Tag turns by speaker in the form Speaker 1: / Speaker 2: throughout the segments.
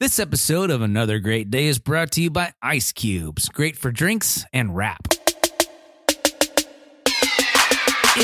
Speaker 1: This episode of Another Great Day is brought to you by Ice Cubes, great for drinks and wrap. It's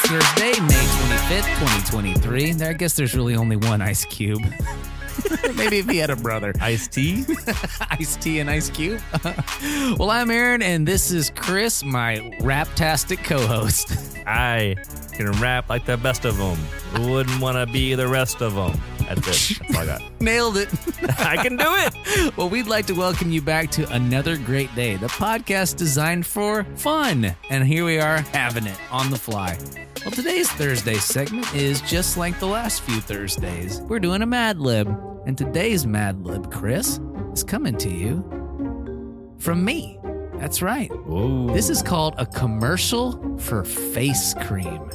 Speaker 1: Thursday, May 25th, 2023. There- I guess there's really only one Ice Cube. Maybe if he had a brother.
Speaker 2: Iced tea?
Speaker 1: Ice Tea and Ice Cube. well, I'm Aaron, and this is Chris, my raptastic co host.
Speaker 2: I can rap like the best of them. Wouldn't want to be the rest of them. That's it. That's all I got.
Speaker 1: Nailed it.
Speaker 2: I can do it.
Speaker 1: Well, we'd like to welcome you back to another great day, the podcast designed for fun. And here we are having it on the fly. Well, today's Thursday segment is just like the last few Thursdays. We're doing a Mad Lib. And today's Mad Lib, Chris, is coming to you from me. That's right.
Speaker 2: Whoa.
Speaker 1: This is called a commercial for face cream.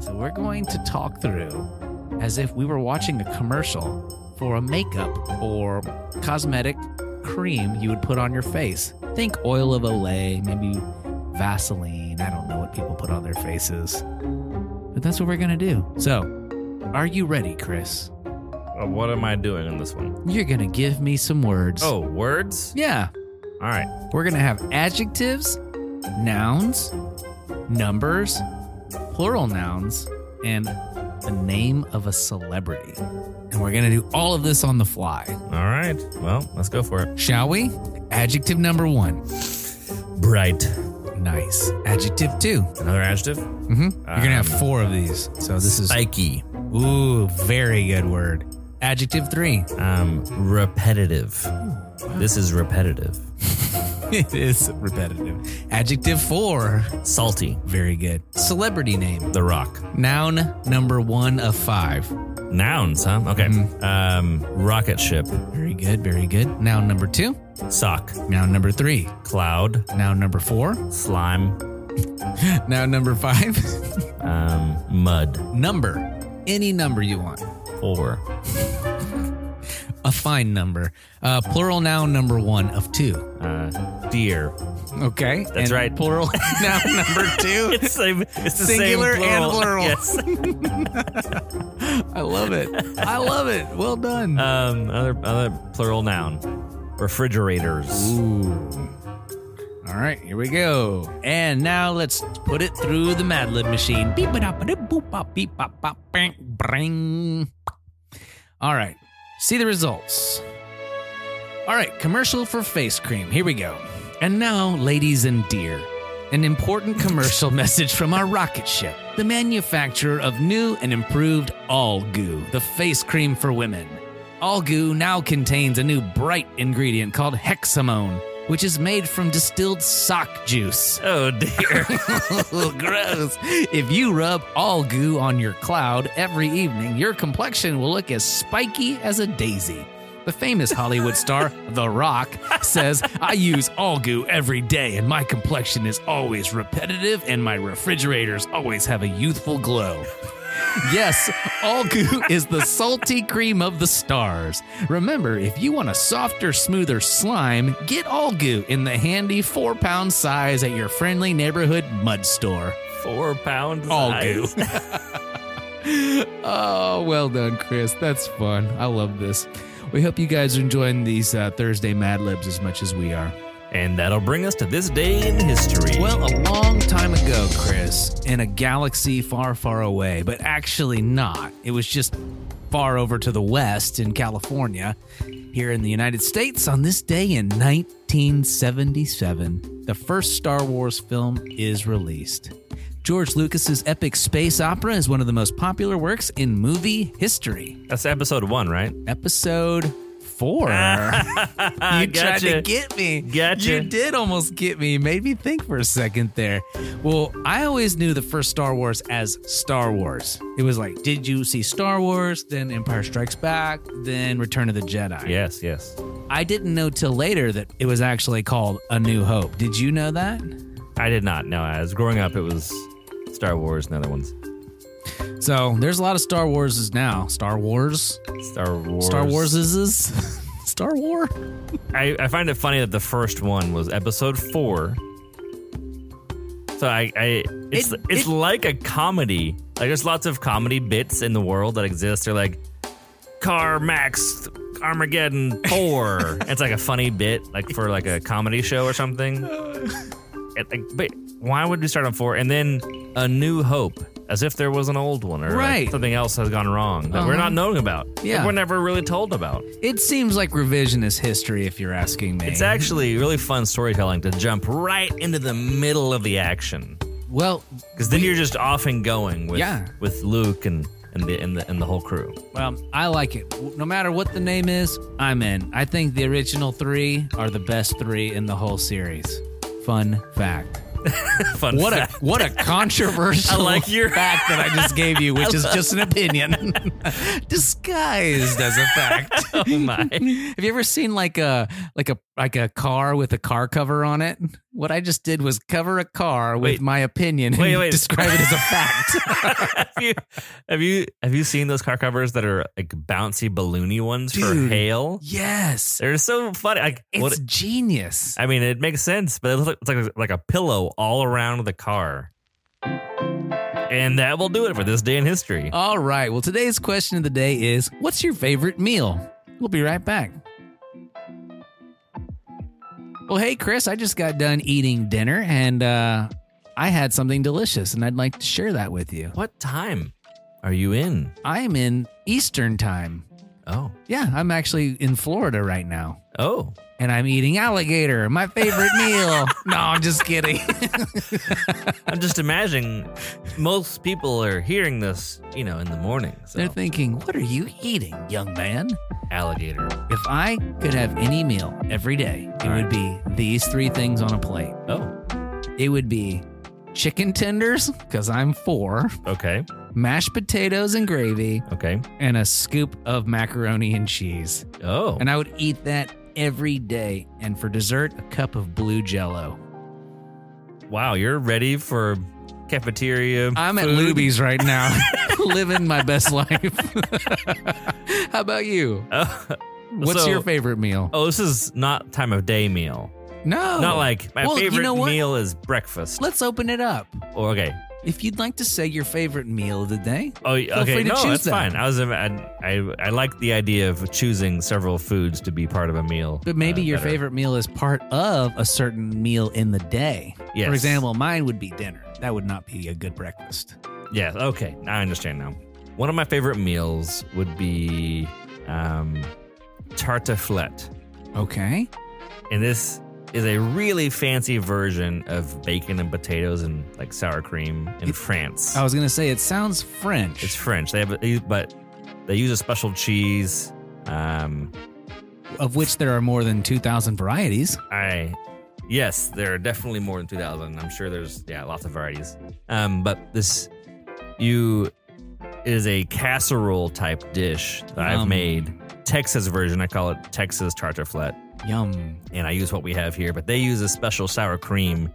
Speaker 1: So we're going to talk through as if we were watching a commercial for a makeup or cosmetic cream you would put on your face. Think oil of Olay, maybe Vaseline. I don't know what people put on their faces. But that's what we're going to do. So, are you ready, Chris?
Speaker 2: Uh, what am I doing in this one?
Speaker 1: You're going to give me some words.
Speaker 2: Oh, words?
Speaker 1: Yeah.
Speaker 2: All right.
Speaker 1: We're going to have adjectives, nouns, numbers, plural nouns, and the name of a celebrity. And we're going to do all of this on the fly.
Speaker 2: All right. Well, let's go for it.
Speaker 1: Shall we? Adjective number one.
Speaker 2: Bright.
Speaker 1: Nice. Adjective 2
Speaker 2: Another adjective?
Speaker 1: Mm-hmm. You're going to have four of these. So this is.
Speaker 2: Psyche.
Speaker 1: Ooh, very good word. Adjective three.
Speaker 2: Um, repetitive. This is repetitive.
Speaker 1: it is repetitive. Adjective four.
Speaker 2: Salty.
Speaker 1: Very good. Celebrity name.
Speaker 2: The Rock.
Speaker 1: Noun number one of five.
Speaker 2: Nouns, huh? Okay. Um, rocket ship.
Speaker 1: Mm-hmm. Very good, very good. Now number two.
Speaker 2: Sock.
Speaker 1: Now number three.
Speaker 2: Cloud.
Speaker 1: Now number four.
Speaker 2: Slime.
Speaker 1: Now number five.
Speaker 2: Um, mud.
Speaker 1: number. Any number you want.
Speaker 2: Four.
Speaker 1: A fine number. Uh, plural noun number one of two.
Speaker 2: Uh, deer.
Speaker 1: Okay.
Speaker 2: That's right.
Speaker 1: Plural noun number two.
Speaker 2: it's, same, it's the
Speaker 1: Singular
Speaker 2: same
Speaker 1: and plural.
Speaker 2: plural. Yes.
Speaker 1: I love it. Uh, I love it. Well done.
Speaker 2: Um, other, other plural noun. Refrigerators.
Speaker 1: Ooh. All right, here we go. And now let's put it through the Mad Lib machine. Beep it up, boop bop, beep bop, bop, bang, bang. All right, see the results. All right, commercial for face cream. Here we go. And now, ladies and dear, an important commercial message from our rocket ship, the manufacturer of new and improved All Goo, the face cream for women. All Goo now contains a new bright ingredient called hexamone, which is made from distilled sock juice.
Speaker 2: Oh dear.
Speaker 1: Gross. If you rub all goo on your cloud every evening, your complexion will look as spiky as a daisy. The famous Hollywood star, The Rock, says, I use all goo every day, and my complexion is always repetitive, and my refrigerators always have a youthful glow. Yes, all goo is the salty cream of the stars. Remember, if you want a softer, smoother slime, get all goo in the handy four pound size at your friendly neighborhood mud store.
Speaker 2: Four pounds.
Speaker 1: All goo.
Speaker 2: size.
Speaker 1: oh, well done, Chris. That's fun. I love this. We hope you guys are enjoying these uh, Thursday Mad Libs as much as we are.
Speaker 2: And that'll bring us to this day in history.
Speaker 1: Well, a long time ago, Chris, in a galaxy far, far away, but actually not. It was just far over to the west in California. Here in the United States, on this day in 1977, the first Star Wars film is released. George Lucas's epic space opera is one of the most popular works in movie history.
Speaker 2: that's episode one, right?
Speaker 1: Episode four. you tried to get me.
Speaker 2: Gotcha.
Speaker 1: You did almost get me. Made me think for a second there. Well, I always knew the first Star Wars as Star Wars. It was like, did you see Star Wars? Then Empire Strikes Back. Then Return of the Jedi.
Speaker 2: Yes, yes.
Speaker 1: I didn't know till later that it was actually called A New Hope. Did you know that?
Speaker 2: I did not know. As growing up, it was Star Wars and other ones.
Speaker 1: So there's a lot of Star Warses now. Star Wars.
Speaker 2: Star Wars.
Speaker 1: Star Wars is Star War.
Speaker 2: I, I find it funny that the first one was episode four. So I, I it's
Speaker 1: It-
Speaker 2: it's
Speaker 1: it-
Speaker 2: like a comedy. Like there's lots of comedy bits in the world that exist. They're like Car Max Armageddon four. it's like a funny bit, like for like a comedy show or something. It- like, but why would we start on four and then A New Hope, as if there was an old one or like,
Speaker 1: Right.
Speaker 2: something else has gone wrong that we're
Speaker 1: Uh-huh.
Speaker 2: not knowing about. that
Speaker 1: Yeah.
Speaker 2: we're never really told about.
Speaker 1: It seems like revisionist history, if you're asking me.
Speaker 2: It's actually really fun storytelling to jump right into the middle of the action.
Speaker 1: Well,
Speaker 2: Because then you're just off and going with
Speaker 1: Yeah.
Speaker 2: with Luke and and the and the, and the whole crew.
Speaker 1: well, I like it. No matter what the name is, I'm in. I think the original three are the best three in the whole series. Fun fact.
Speaker 2: Fun
Speaker 1: What a
Speaker 2: fact.
Speaker 1: what a controversial
Speaker 2: I like your-
Speaker 1: fact that I just gave you, which is just an opinion disguised as a fact.
Speaker 2: oh my.
Speaker 1: Have you ever seen like a like a like a car with a car cover on it? What I just did was cover a car with
Speaker 2: Wait.
Speaker 1: my opinion
Speaker 2: Wait,
Speaker 1: and
Speaker 2: wait.
Speaker 1: describe it as a fact.
Speaker 2: have you have you have you seen those car covers that are like bouncy balloony ones
Speaker 1: Dude.
Speaker 2: for hail?
Speaker 1: yes.
Speaker 2: They're so funny. Like
Speaker 1: It's
Speaker 2: what
Speaker 1: genius.
Speaker 2: I mean, it makes sense, but it looks like, it's like like a pillow all around the car. And that will do it for this day in history.
Speaker 1: All right. Well, today's question of the day is what's your favorite meal? We'll be right back. Well, hey, Chris, I just got done eating dinner and uh, I had something delicious and I'd like to share that with you.
Speaker 2: What time are you in?
Speaker 1: I am in Eastern time.
Speaker 2: Oh,
Speaker 1: Yeah, I'm actually in Florida right now
Speaker 2: oh,
Speaker 1: and I'm eating alligator, my favorite meal. No, I'm just kidding.
Speaker 2: I'm just imagining most people are hearing this, you know, in the morning.
Speaker 1: They're
Speaker 2: So
Speaker 1: thinking, what are you eating, young man?
Speaker 2: alligator.
Speaker 1: If I could have any meal every day, it would be these three things on a plate.
Speaker 2: Oh,
Speaker 1: It would be chicken tenders, because I'm four,
Speaker 2: okay,
Speaker 1: mashed potatoes and gravy,
Speaker 2: okay.
Speaker 1: and a scoop of macaroni and cheese.
Speaker 2: Oh,
Speaker 1: And I would eat that every day. And for dessert, a cup of blue jello.
Speaker 2: wow, you're ready for cafeteria.
Speaker 1: I'm at
Speaker 2: food.
Speaker 1: Luby's right now, living my best life. How about you?
Speaker 2: Oh,
Speaker 1: What's
Speaker 2: So-
Speaker 1: your favorite meal?
Speaker 2: oh, this is not time of day meal.
Speaker 1: no.
Speaker 2: Not like my
Speaker 1: Oh. Well, you
Speaker 2: favorite
Speaker 1: know what?
Speaker 2: meal is breakfast.
Speaker 1: Let's open it up.
Speaker 2: Oh, okay.
Speaker 1: If you'd like to say your favorite meal of the day,
Speaker 2: Oh, okay.
Speaker 1: free to
Speaker 2: No,
Speaker 1: choose
Speaker 2: that's
Speaker 1: that.
Speaker 2: fine. I was I, I I like the idea of choosing several foods to be part of a meal.
Speaker 1: But maybe
Speaker 2: uh,
Speaker 1: your
Speaker 2: better.
Speaker 1: favorite meal is part of a certain meal in the day.
Speaker 2: Yes.
Speaker 1: For example, mine would be dinner. That would not be a good breakfast.
Speaker 2: Yes. Okay. I understand now. One of my favorite meals would be um, tartiflette,
Speaker 1: Okay.
Speaker 2: and this is a really fancy version of bacon and potatoes and like sour cream in France.
Speaker 1: I was going to say it sounds French.
Speaker 2: It's French. They have, a- but they use a special cheese. Um,
Speaker 1: of which there are more than 2,000 varieties.
Speaker 2: I, yes, there are definitely more than two thousand. I'm sure there's yeah lots of varieties. Um, but this you it is a casserole type dish that I've
Speaker 1: Yum.
Speaker 2: made Texas version. I call it Texas tartiflette,
Speaker 1: Yum.
Speaker 2: and I use what we have here. But they use a special sour cream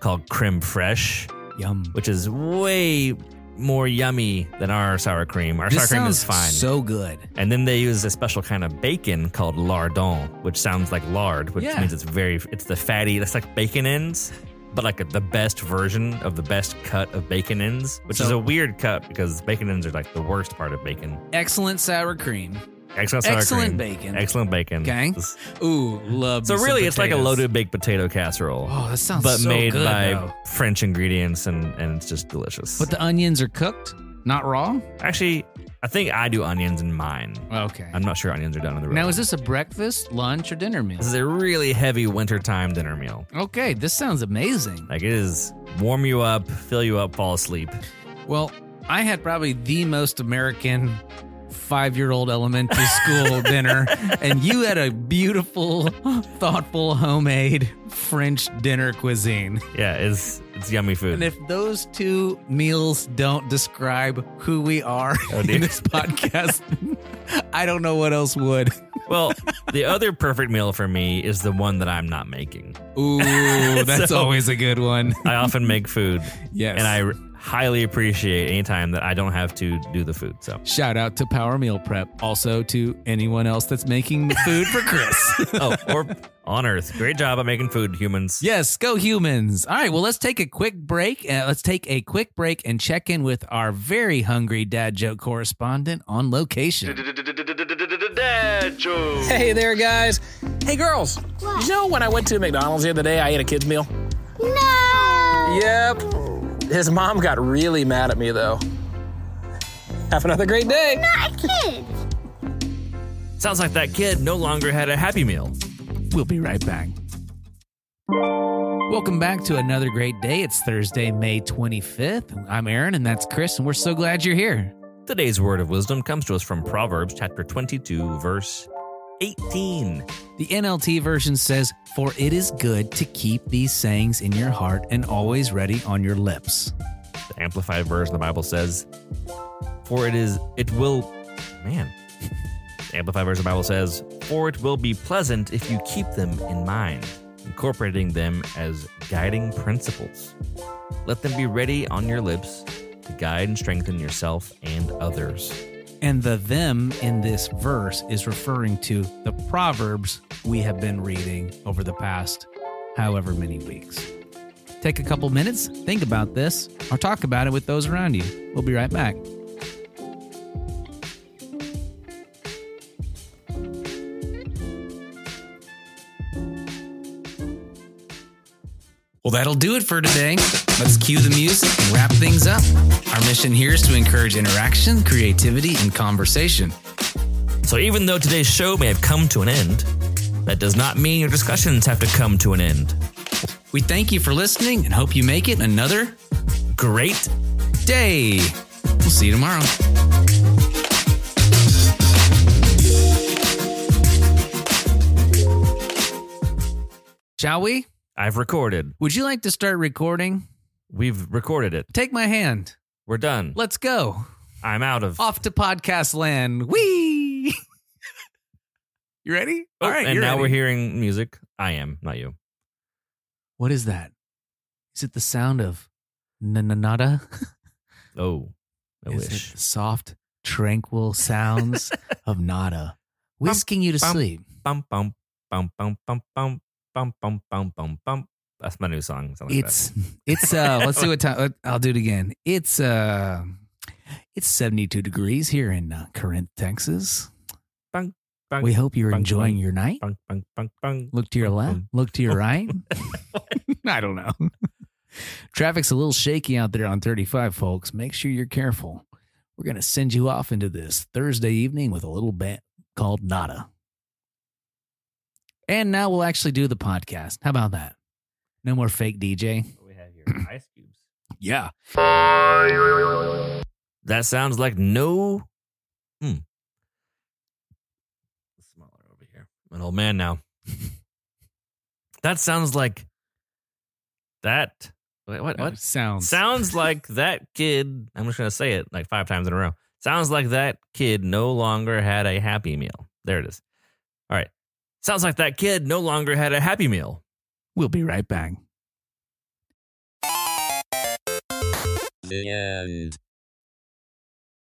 Speaker 2: called creme fraiche,
Speaker 1: Yum.
Speaker 2: which is way more yummy than our sour cream. Our
Speaker 1: this
Speaker 2: sour cream
Speaker 1: sounds
Speaker 2: is fine.
Speaker 1: so good.
Speaker 2: And then they use a special kind of bacon called lardon, which sounds like lard, which
Speaker 1: Yeah.
Speaker 2: means it's very, it's the fatty, that's like bacon ends, but like the best version of the best cut of bacon ends, which is
Speaker 1: So-
Speaker 2: a weird cut because bacon ends are like the worst part of bacon.
Speaker 1: Excellent sour cream.
Speaker 2: Excellent sour
Speaker 1: Excellent
Speaker 2: cream.
Speaker 1: bacon.
Speaker 2: Excellent bacon.
Speaker 1: Okay.
Speaker 2: This-
Speaker 1: Ooh, love.
Speaker 2: So
Speaker 1: me some
Speaker 2: really, it's like a
Speaker 1: potatoes.
Speaker 2: loaded baked potato casserole,
Speaker 1: Oh, that sounds
Speaker 2: but
Speaker 1: so
Speaker 2: made
Speaker 1: good,
Speaker 2: by
Speaker 1: though.
Speaker 2: French ingredients, and, and it's just delicious.
Speaker 1: But the onions are cooked, not raw.
Speaker 2: Actually, I think I do onions in mine.
Speaker 1: Okay.
Speaker 2: I'm not sure onions are done in the real
Speaker 1: Now, is this a breakfast, lunch, or dinner meal?
Speaker 2: This is a really heavy wintertime dinner meal.
Speaker 1: Okay, this sounds amazing.
Speaker 2: Like it is warm you up, fill you up, fall asleep.
Speaker 1: Well, I had probably the most American five year old elementary school dinner, and you had a beautiful, thoughtful, homemade French dinner cuisine.
Speaker 2: Yeah, it's it's yummy food.
Speaker 1: And if those two meals don't describe who we are
Speaker 2: Oh, dear.
Speaker 1: in this podcast, I don't know what else would.
Speaker 2: well, the other perfect meal for me is the one that I'm not making.
Speaker 1: Ooh, that's
Speaker 2: So-
Speaker 1: always a good one.
Speaker 2: I often make food,
Speaker 1: Yes.
Speaker 2: and I highly appreciate any time that I don't have to do the food. So,
Speaker 1: Shout out to Power Meal Prep. Also to anyone else that's making food for Chris.
Speaker 2: oh, or on Earth, great job at making food, humans.
Speaker 1: Yes, go humans. All right, well, let's take a quick break. Uh, let's take a quick break and check in with our very hungry dad joke correspondent on location.
Speaker 3: Dad Nacho.
Speaker 4: Hey there, guys. Hey, girls. You know when I went to McDonald's the other day, I ate a kid's meal?
Speaker 5: No!
Speaker 4: Yep. His mom got really mad at me, though. Have another great day.
Speaker 5: Not kids!
Speaker 2: Sounds like that kid no longer had a Happy Meal.
Speaker 1: We'll be right back. Welcome back to another great day. It's Thursday, May 25th. I'm Aaron and that's Chris, and we're so glad you're here.
Speaker 2: Today's word of wisdom comes to us from Proverbs chapter 22, verse 18.
Speaker 1: The NLT version says, For it is good to keep these sayings in your heart and always ready on your lips.
Speaker 2: The Amplified version of the Bible says, For it is, it will, man. The Amplified version of the Bible says, For it will be pleasant if you keep them in mind, incorporating them as guiding principles. Let them be ready on your lips to guide and strengthen yourself and others.
Speaker 1: And the them in this verse is referring to the Proverbs we have been reading over the past however many weeks. Take a couple minutes, think about this, or talk about it with those around you. We'll be right back. Well, that'll do it for today. Let's cue the music and wrap things up. Our mission here is to encourage interaction, creativity, and conversation.
Speaker 2: So even though today's show may have come to an end, that does not mean your discussions have to come to an end.
Speaker 1: We thank you for listening and hope you make it another
Speaker 2: Great
Speaker 1: day. We'll see you tomorrow. Shall we?
Speaker 2: I've recorded.
Speaker 1: Would you like to start recording?
Speaker 2: We've recorded it.
Speaker 1: Take my hand.
Speaker 2: We're done.
Speaker 1: Let's go.
Speaker 2: I'm out of.
Speaker 1: Off to podcast land. Whee! you ready?
Speaker 2: Oh,
Speaker 1: All right.
Speaker 2: and
Speaker 1: you're
Speaker 2: now
Speaker 1: ready.
Speaker 2: we're hearing music. I am, not you.
Speaker 1: What is that? Is it the sound of nanada?
Speaker 2: Oh, I
Speaker 1: is
Speaker 2: wish.
Speaker 1: it the soft, tranquil sounds of nada whisking you to
Speaker 2: bump.
Speaker 1: sleep?
Speaker 2: Bum bum bum bum bum bum bum bum bum bum bum. That's my new song. Something like
Speaker 1: It's it's uh let's see what time I'll do it again. It's uh it's 72 degrees here in uh, Corinth, Texas.
Speaker 2: that.
Speaker 1: We hope you're
Speaker 2: bunk,
Speaker 1: enjoying
Speaker 2: bunk,
Speaker 1: your night.
Speaker 2: Bunk, bunk, bunk, bunk.
Speaker 1: Look to your
Speaker 2: bunk,
Speaker 1: left,
Speaker 2: bunk.
Speaker 1: look to your right. I don't know. Traffic's a little shaky out there on 35, folks. Make sure you're careful. We're going to send you off into this Thursday evening with a little band called Nada. And now we'll actually do the podcast. How about that? No more fake DJ.
Speaker 2: What we have here? Ice cubes.
Speaker 1: Yeah.
Speaker 2: That sounds like no. Hmm. Smaller over here. I'm an old man now. that sounds like that. Wait, what? What?
Speaker 1: sounds?
Speaker 2: Sounds like that kid. I'm just gonna say it like five times in a row. Sounds like that kid no longer had a happy meal. There it is. All right. Sounds like that kid no longer had a happy meal.
Speaker 1: We'll be right back.
Speaker 3: The end.